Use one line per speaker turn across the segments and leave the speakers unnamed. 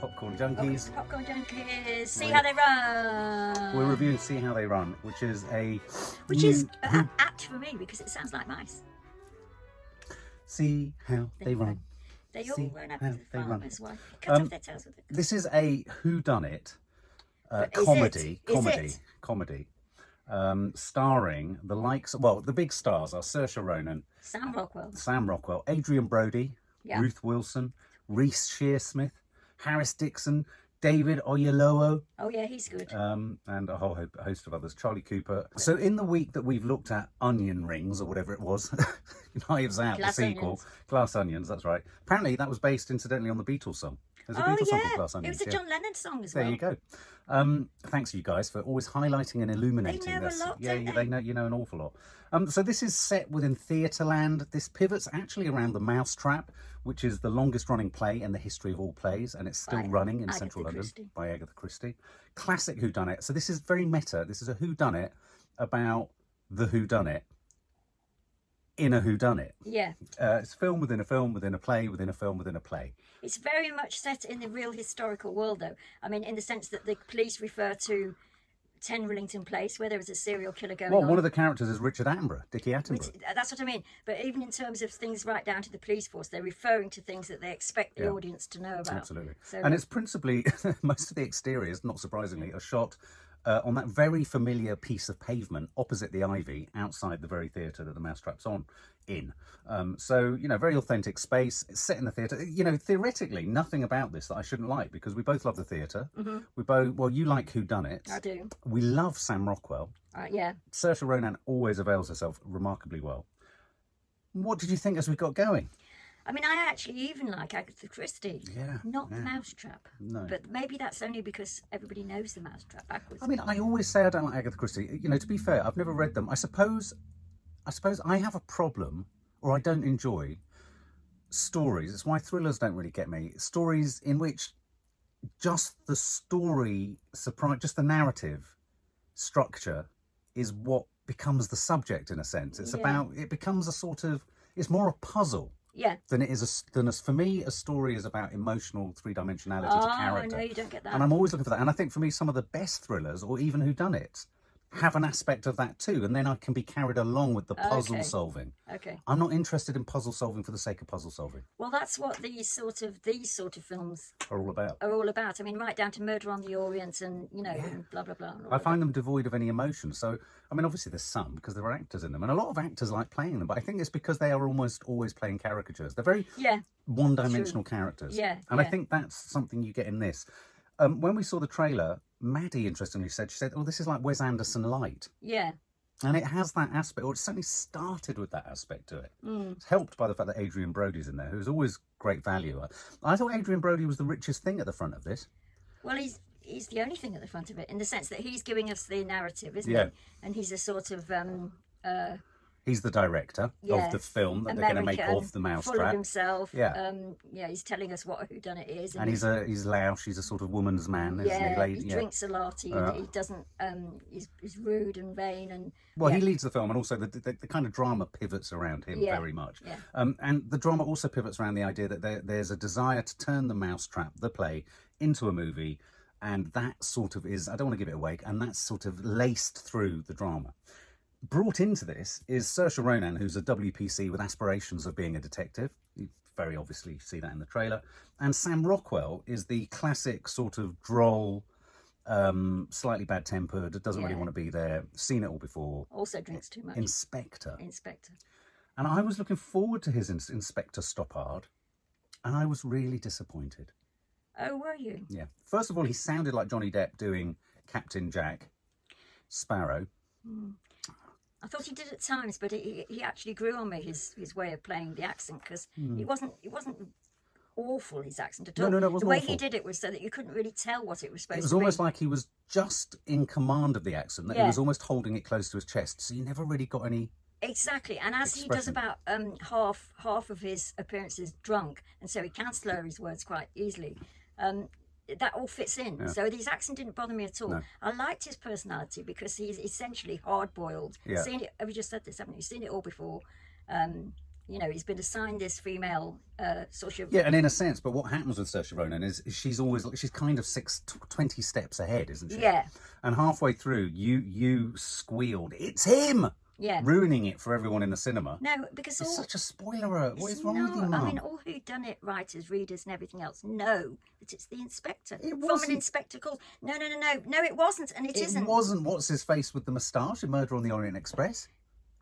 Popcorn Junkies.
Ah. Popcorn Junkies. See how they run.
We're reviewing See How They Run, which is a
Which
new-
is uh, a- apt for me because it sounds like mice.
See How They Run.
They
See
all run up
how
to the
they run.
farmer's wife. Cut
Um,
off their tails with it.
This is a Who Done It uh,
But is it?
comedy,
Is
comedy,
it?
comedy, um, starring the likes. Well, the big stars are Saoirse Ronan,
Sam Rockwell.
Sam Rockwell, Adrian Brody,
Yeah.
Ruth Wilson, Reese Shearsmith, Harris Dixon, David Oyelowo,
Oh yeah, he's good.
um, and a whole ho- host of others. Charlie Cooper. So in the week that we've looked at Onion Rings or whatever it was, Knives Out,
Glass
the sequel,
Onions.
Glass Onions. That's right. Apparently that was based incidentally on the Beatles song. There's a
oh
Beatles song called
yeah,
Glass
it
Onions.
was a
yeah.
John Lennon song as
There
well.
you go. Um, thanks, you guys, for always highlighting and illuminating
know a
this.
lot,
yeah,
don't
you, they
they?
know you know an awful lot. Um, so this is set within Theatreland. This pivots actually around the Mousetrap, which is the longest-running play in the history of all plays, and it's still
By
running in
Agatha
central
Christie.
London by Agatha Christie. Classic Who Done It. So this is very meta. This is a Who Done It about the Who Done It in a Who Done It.
Yeah,
Uh, it's film within a film within a play within a film within a play.
it's very much set in the real historical world, though. I mean, in the sense that the police refer to Ten Rillington Place, where there was a serial killer going
Well,
on.
one of the characters is Richard Attenborough, Dickie Attenborough.
Which, uh, that's what I mean. But even in terms of things right down to the police force, they're referring to things that they expect the
Yeah.
audience to know about.
Absolutely.
So,
and it's principally, most of the exteriors, not surprisingly, are shot uh, on that very familiar piece of pavement opposite the Ivy, outside the very theatre that the Mousetrap's on, in. Um, so, you know, very authentic space, it's set in the theatre. You know, theoretically, nothing about this that I shouldn't like because we both love the theater
Mm-hmm.
We both, well, you like Who Done It.
I do.
We love Sam Rockwell.
Uh, yeah.
Saoirse Ronan always avails herself remarkably well. What did you think as we got going?
I mean, I actually even like Agatha Christie.
Yeah,
Not
yeah.
the Mousetrap.
No.
But maybe that's only because everybody knows the Mousetrap backwards.
I mean, I always say I don't like Agatha Christie. You know, to be fair, I've never read them. I suppose, I suppose I have a problem, or I don't enjoy stories. It's why thrillers don't really get me. Stories in which just the story, surprise, just the narrative structure, is what becomes the subject in a sense. It's
Yeah.
about it becomes a sort of it's more a puzzle
yeah.
than it is a s than a, for me a story is about emotional three dimensionality
Oh,
to character.
no, you don't get that.
And I'm always looking for that. And I think for me, some of the best thrillers, or even Who Done It, have an aspect of that too. And then I can be carried along with the puzzle
Okay.
solving.
Okay.
I'm not interested in puzzle solving for the sake of puzzle solving.
Well, that's what these sort of these sort of films
Are all about.
are all about. I mean, right down to Murder on the Orient and you know, and blah blah blah. and all
I
of
find them devoid of any emotion. So, I mean, obviously there's some because there are actors in them, and a lot of actors like playing them. But I think it's because they are almost always playing caricatures. They're very
that. Yeah.
one-dimensional characters.
Yeah,
and I
yeah.
think that's something you get in this. Um, when we saw the trailer, Maddie interestingly said she said, "Oh, this is like Wes Anderson light."
Yeah.
And it has that aspect, or it certainly started with that aspect to it.
Mm.
It's helped by the fact that Adrian Brody's in there, who's always great value. I thought Adrian Brody was the richest thing at the front of this.
Well, he's he's the only thing at the front of it in the sense that he's giving us the narrative, isn't
Yeah.
he? And he's a sort of um, uh,
He's the director
yeah,
of the film that they're going to make
American,
of the
full of
Mousetrap.
himself.
Yeah.
Um, yeah, he's telling us what who done it is,
And he's a he's louse, he's a sort of woman's man, isn't
yeah,
he? Lady-
he
yeah. Uh.
drinks a lot. He,
Yeah.
he doesn't. Um, he's, he's rude and vain, and
Well,
yeah,
he leads the film, and also the, the, the kind of drama pivots around him
Yeah,
very much.
yeah.
Um, and the drama also pivots around the idea that there, there's a desire to turn the mousetrap, the play, into a movie. And that sort of is, I don't want to give it away, and that's sort of laced through the drama. Brought into this is Saoirse Ronan, who's a WPC with aspirations of being a detective. You very obviously see that in the trailer. And Sam Rockwell is the classic sort of droll, um, slightly bad tempered, doesn't really
Yeah.
want to be there, seen it all before,
also drinks too much.
Inspector.
Inspector.
And I was looking forward to his ins- Inspector Stoppard, and I was really disappointed.
Oh, were you?
Yeah. First of all, he sounded like Johnny Depp doing Captain Jack Sparrow.
I thought he did at times, but he, he actually grew on me his, his way of playing the accent because it wasn't it wasn't awful his accent at
Hmm. No,
all.
no, no, it
the
wasn't
way
awful.
he did it was so that you couldn't really tell what it was supposed
It was
to
almost
be.
like he was just in command of the accent, that he
Yeah.
was almost holding it close to his chest, so you never really got any.
exactly, and as he does
expression.
about um, half half of his appearances drunk, and so he can slur his words quite easily. Um, that all fits in. So his accent didn't bother me at all. I liked his personality because he's essentially hard boiled.
Yeah.
Seen it? Have you just said this? Haven't you? Seen it all before? Um, you know, he's been assigned this female uh, Saoirse.
Yeah, and in a sense, but what happens with Saoirse Ronan is she's always she's kind of six tw- 20 steps ahead, isn't she?
Yeah.
And halfway through, you you squealed, "It's him!"
Yeah.
ruining it for everyone in the cinema.
No, because
It's
all
such a spoiler. What is
It's
wrong with you,
not. I mean,
Mum?
all who done it writers, readers, and everything else know that it's the inspector.
It
From
wasn't.
an inspector called. No, no, no, no, no. It wasn't, and
It
isn't.
wasn't what's his face with the moustache in Murder on the Orient Express.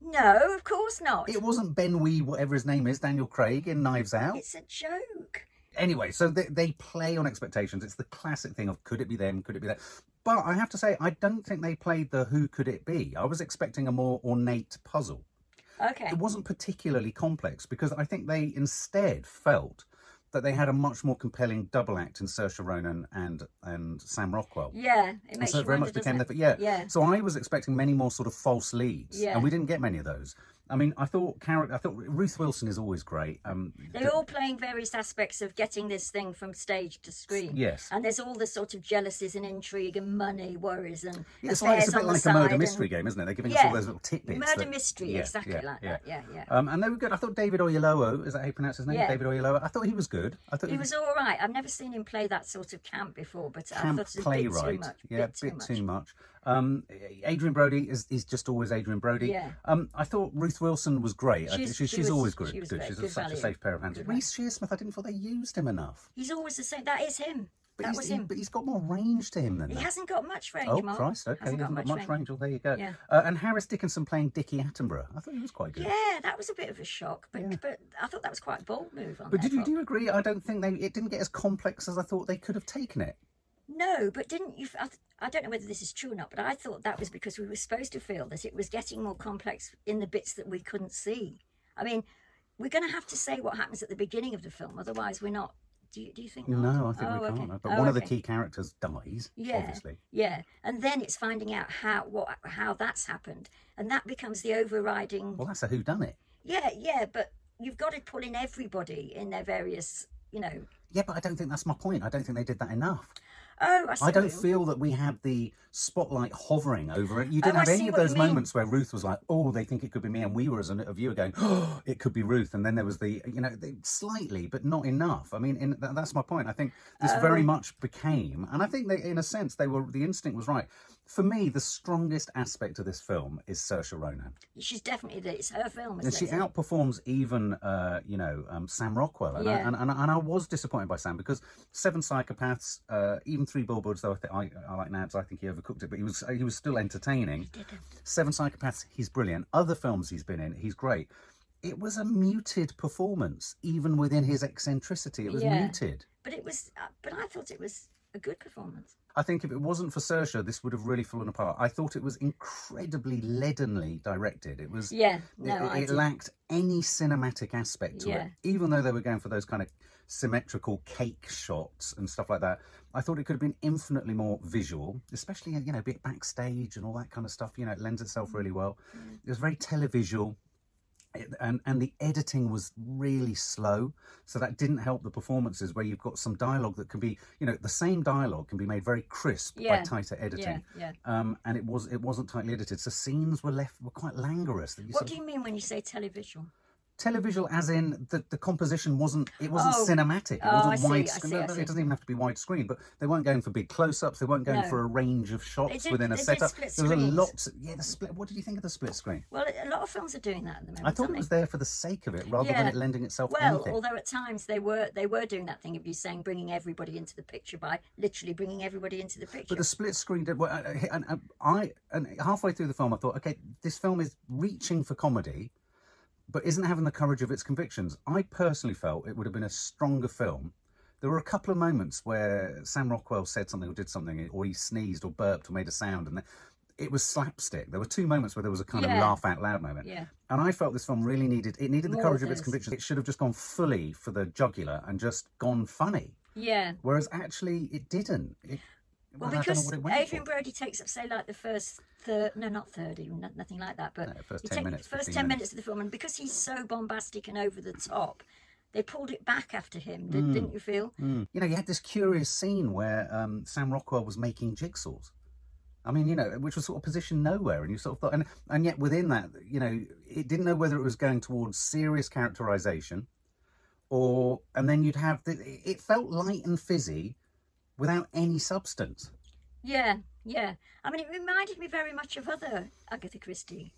No, of course not.
It wasn't Ben Wee, whatever his name is, Daniel Craig in Knives Out.
It's a joke.
anyway, so they, they play on expectations. It's the classic thing of could it be them? Could it be that? But I have to say, I don't think they played the who could it be. I was expecting a more ornate puzzle.
Okay.
It wasn't particularly complex because I think they instead felt that they had a much more compelling double act in Saoirse Ronan and and Sam Rockwell.
Yeah, it
And
makes
so
you
it very
wonder,
much
doesn't
became
it?
their, yeah.
Yeah.
So I was expecting many more sort of false leads,
Yeah.
and we didn't get many of those. I mean, I thought character. I thought Ruth Wilson is always great. Um,
They're all playing various aspects of getting this thing from stage to screen.
Yes.
And there's all the sort of jealousies and intrigue and money worries and
It's like it's a
affairs on
bit
the
like a
side
murder
and-
mystery game, isn't it? They're giving us
Yeah.
all those little tidbits.
Murder
that-
mystery,
Yeah,
exactly
yeah,
like
yeah.
that. Yeah, yeah.
Um, and they were good. I thought David Oyelowo, is that how you pronounce his name?
Yeah.
David Oyelowo. I thought he was good. I thought
He was all right. I've never seen him play that sort of camp before, but uh, I
camp
thought it was a bit too
playwright.
much.
yeah,
bit too much.
Um, Adrian Brody is, is just always Adrian Brody.
Yeah.
Um, I thought Ruth Wilson was great. I-
She's-
she's
she
she's
was-
always good.
she was
good.
great.
She's
Good
such
value.
a safe pair of hands.
Good
Reese Shearsmith, I didn't feel they used him enough.
He's always the same. That is him.
But
that
he's,
was
he-
him.
but he's got more range to him than
He
that.
hasn't got much range,
Oh
Mark.
Christ! Okay,
Hasn't got much range.
Well, there you go.
Yeah.
Uh, and Harris Dickinson playing Dickie Attenborough. I thought he was quite good.
Yeah, that was a bit of a shock, but but I thought that was quite a bold move on.
But
their
did you
part.
do you agree? I don't think they it didn't get as complex as I thought they could have taken it.
No, but didn't you? I, th- I don't know whether this is true or not, but I thought that was because we were supposed to feel that it was getting more complex in the bits that we couldn't see. I mean, we're going to have to say what happens at the beginning of the film, otherwise we're not. Do you, do you think? not?
No, I think
Oh,
we
okay.
can't. But
Oh,
one of the
okay.
key characters dies,
Yeah,
obviously.
yeah, and then it's finding out how what how that's happened, and that becomes the overriding.
Well, that's a who done it.
Yeah, yeah, but you've got to pull in everybody in their various, you know.
Yeah, but I don't think that's my point. I don't think they did that enough.
Oh, I, see
I
what
don't
you-
feel that we had the spotlight hovering over it. You didn't
Oh, I
have
see
any of
what you
those
mean.
moments where Ruth was like, "Oh, they think it could be me," and we were as a, a viewer going, "Oh, it could be Ruth." And then there was the, you know, the, slightly, but not enough. I mean, in, that, that's my point. I think this
Um,
very much became, and I think they, in a sense, they were the instinct was right. For me, the strongest aspect of this film is Saoirse Ronan,
she's definitely that it's her film.
and
Isn't
she
it?
outperforms even, uh, you know, um, Sam Rockwell. And, I,
Yeah.
and, and and I was disappointed by Sam because Seven Psychopaths, uh, even Three Billboards, though I, th- I, I like Nabs, I think he overcooked it, but he was he was still entertaining. Seven Psychopaths, he's brilliant. Other films he's been in, he's great. It was a muted performance, even within his eccentricity. It was
Yeah.
muted.
But it was. uh, But I thought it was a good performance.
I think if it wasn't for Saoirse, this would have really fallen apart. I thought it was incredibly leadenly directed. It was
Yeah.
it,
No, I
it
did.
lacked any cinematic aspect to
Yeah.
it. Even though they were going for those kind of symmetrical cake shots and stuff like that, I thought it could have been infinitely more visual, especially you know, be it backstage and all that kind of stuff. You know, it lends itself really well.
Mm-hmm.
It was very televisual. It- And and the editing was really slow, so that didn't help the performances. Where you've got some dialogue that can be, you know, the same dialogue can be made very crisp
Yeah.
by tighter
yeah.
editing.
Yeah.
Um, and it was it wasn't tightly edited, so scenes were left were quite languorous. That you sort
What
of-
do you mean when you say televisual?
televisual as in the, the composition wasn't it wasn't
Oh.
cinematic it
Oh, I see,
wasn't
I
wide
see, I see.
it doesn't even have to be widescreen but they weren't going for big close-ups they weren't going
No.
for a range of shots
did-
within a
they did
setup
split
there was a
screens.
lot yeah the split what did you think of the split screen
Well, a lot of films are doing that at the moment.
i thought
aren't
it was
they?
there for the sake of it rather than
Yeah.
it lending itself to
Well,
anything
although at times they were they were doing that thing of you saying bringing everybody into the picture by literally bringing everybody into the picture.
but the split screen did well, I- and, and i and halfway through the film i thought okay this film is reaching for comedy but isn't having the courage of its convictions. I personally felt it would have been a stronger film. There were a couple of moments where Sam Rockwell said something or did something, or he sneezed or burped or made a sound, and it was slapstick. There were two moments where there was a kind
Yeah.
of laugh out loud moment.
Yeah.
And I felt this film really needed it needed the
More
courage
of
of its
those.
convictions. It should have just gone fully for the jugular and just gone funny.
yeah.
Whereas actually it didn't. It,
Well,
I don't know
because
what it went
Adrian
for.
Brody takes up, say, like the first third, no, not third, even no- nothing like that, but
No, first
he
10
take-
minutes,
first
15
ten
minutes.
minutes of the film, and because he's so bombastic and over the top, they pulled it back after him, did,
Hmm.
didn't you feel?
Mm. You know, you had this curious scene where um, Sam Rockwell was making jigsaws. I mean, you know, which was sort of positioned nowhere, and you sort of thought, and and yet within that, you know, it didn't know whether it was going towards serious characterization, or and then you'd have the, it felt light and fizzy, without any substance.
Yeah, yeah. I mean, it reminded me very much of other Agatha Christie.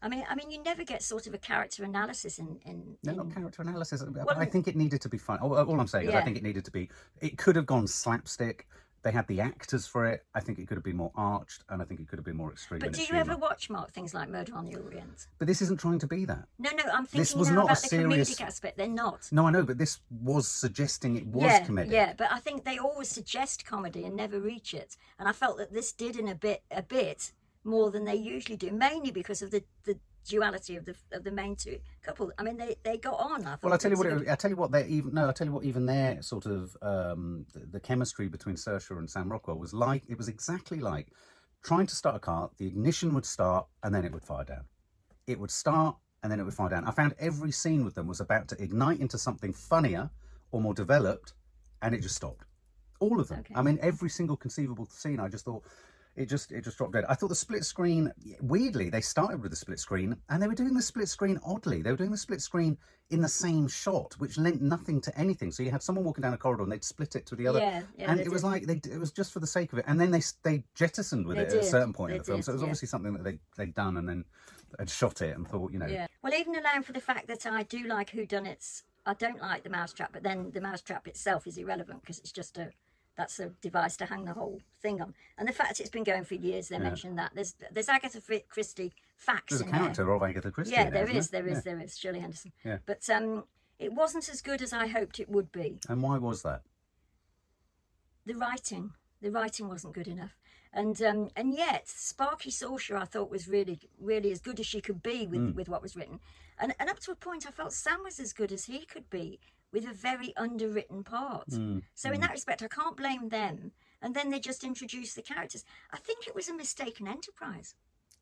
I mean, I mean, you never get sort of a character analysis in. in,
No,
in
not character analysis. but
Mm. Well,
I think it needed to be fun. All, all I'm saying is, I
Yeah.
think it needed to be. It could have gone slapstick. They had the actors for it. I think it could have been more arched, and I think it could have been more extreme.
but
in
do you
its
ever
humour.
watch Mark things like Murder on the Orient?
But this isn't trying to be that.
No, no. I'm thinking
This was
now
not a
about the
serious-
comedic aspect. They're not.
No, I know, but this was suggesting it was
yeah,
comedic.
yeah. But I think they always suggest comedy and never reach it. And I felt that this did in a bit, a bit more than they usually do, mainly because of the the duality of the of the main two couple. I mean, they they got on. I
Well, I
thought,
tell you
and
what,
sort of-
it, I tell you what, they even no, I tell you what, even their sort of um, the, the chemistry between Saoirse and Sam Rockwell was like it was exactly like trying to start a car. The ignition would start and then it would fire down. It would start and then it would fire down. I found every scene with them was about to ignite into something funnier or more developed, and it just stopped. All of them.
Okay.
I mean, every single conceivable scene. I just thought. It just it just dropped dead. I thought the split screen weirdly they started with the split screen and they were doing the split screen oddly. They were doing the split screen in the same shot, which lent nothing to anything. So you had someone walking down a corridor and they'd split it to the other,
yeah, yeah,
and
they
it was
did.
like they it was just for the sake of it. And then they s- they jettisoned with
They
it at a
did,
certain point in
they
the film. So it
did,
was
yeah.
obviously something that they they'd done and then had shot it and thought you know
Yeah. Well, even allowing for the fact that I do like whodunits, I don't like the mousetrap, but then the mousetrap itself is irrelevant because it's just a that's a device to hang the whole thing on. And the fact it's been going for years, they mentioned that there's there's Agatha Fri- Christie facts
there's a
in there.
character of Agatha Christie.
Yeah,
in there,
there is,
isn't
there
Yeah.
is, there is Shirley Henderson.
Yeah.
But um, it wasn't as good as I hoped it would be.
And why was that?
The writing, the writing wasn't good enough. And um, and yet, Sparky Sorcerer, I thought was really really as good as she could be
Hmm.
with, with what was written. And and up to a point, I felt Sam was as good as he could be with a very underwritten part.
Hmm.
So in that respect, I can't blame them. And then they just introduced the characters. I think it was a mistaken enterprise.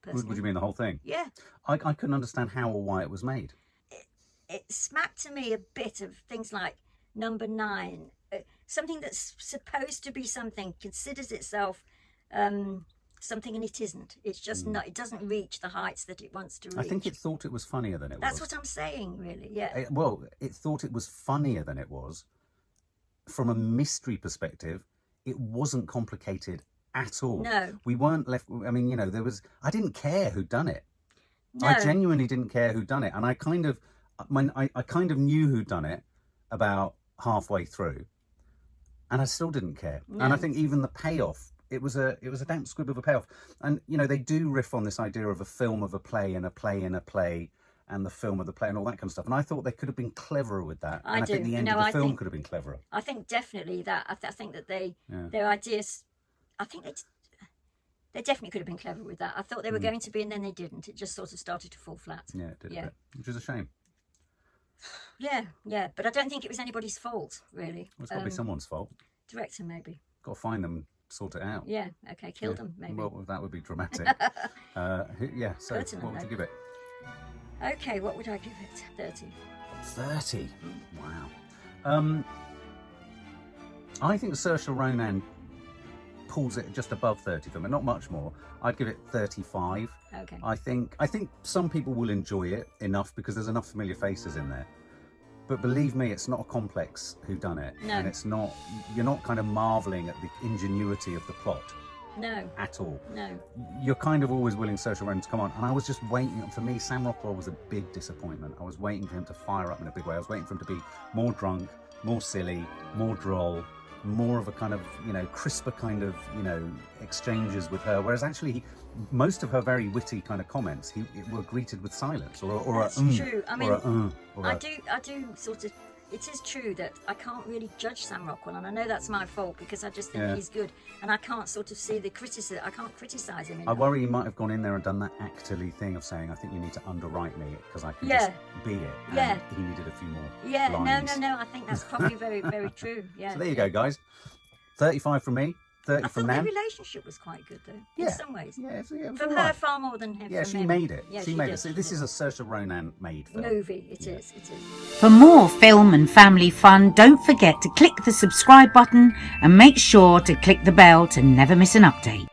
Would,
Personally.
would you mean the whole thing?
Yeah,
I, I couldn't understand how or why it was made.
it smacked to me a bit of things like number nine, uh, something that's supposed to be something considers itself um, something and it isn't. It's just not. It doesn't reach the heights that it wants to reach.
Hmm. I think it thought it was funnier than it
That's
was.
what I'm saying, really. Yeah.
it- well, it thought it was funnier than it was. From a mystery perspective, it wasn't complicated at all.
No.
We weren't left. I mean, you know, there was. I didn't care who done it.
No.
I genuinely didn't care who done it, and I kind of, when I, I kind of knew who done it about halfway through, and I still didn't care. And I
No.
think even the payoff, it was a it was a damn squib of a payoff. And you know they do riff on this idea of a film of a play and a play in a play and the film of the play and all that kind of stuff. And I thought they could have been cleverer with that.
I
and I
do.
think the end
No,
of the
I
film
think-
could have been cleverer.
I think definitely that. I, th- I think that they
Yeah.
their ideas. I think they. d- They definitely could have been clever with that. I thought they
Hmm.
were going to be, and then they didn't. It just sort of started to fall flat.
Yeah, it did a
Yeah.
bit, which is a shame.
yeah, yeah. But I don't think it was anybody's fault, really.
Well, it's got to
Um,
be someone's fault.
Director, maybe.
Got to find them, sort it out.
Yeah, okay, kill them maybe.
Well, that would be dramatic. uh, who- yeah. So,
Pertinent,
what would you
though.
give it?
okay, what would I give it? 30.
30. Wow. Um, I think Saoirse Ronan pulls it just above 30 for me, not much more. I'd give it 35.
Okay.
I think I think some people will enjoy it enough because there's enough familiar faces in there. But believe me, it's not a complex who done it,
No.
and it's not you're not kind of marveling at the ingenuity of the plot
No,
at all.
no.
You're kind of always willing social Ronan to come on, and I was just waiting. For me, Sam Rockwell was a big disappointment. I was waiting for him to fire up in a big way. I was waiting for him to be more drunk, more silly, more droll, more of a kind of you know crisper kind of you know exchanges with her. Whereas actually, he- most of her very witty kind of comments he, were greeted with silence or a, or
That's
a, "Mm,"
true. I
or
mean,
a, "Mm," or
I
a-
do I do sort of it is true that I can't really judge Sam Rockwell and I know that's my fault because I just think
Yeah.
he's good and I can't sort of see the criticism I can't criticize him
I
enough.
worry he might have gone in there and done that actorly thing of saying, "I think you need to underwrite me because I can just be it." And
Yeah.
He needed a few more.
yeah,
lines.
no, no, no. I think that's probably very, very true. Yeah.
So there you go, guys. 35 from me, 30
I
from
thought their
Nan.
relationship was quite good though,
Yeah.
in some ways.
Yeah, it's, yeah, it was
From
all right.
her far more than him.
yeah
from
she
him.
made it.
Yeah,
she, made
did,
it. So
she
this
did.
is a Saoirse Ronan made film.
movie. It is.
Yeah.
It is.
For more film and family fun, don't forget to click the subscribe button and make sure to click the bell to never miss an update.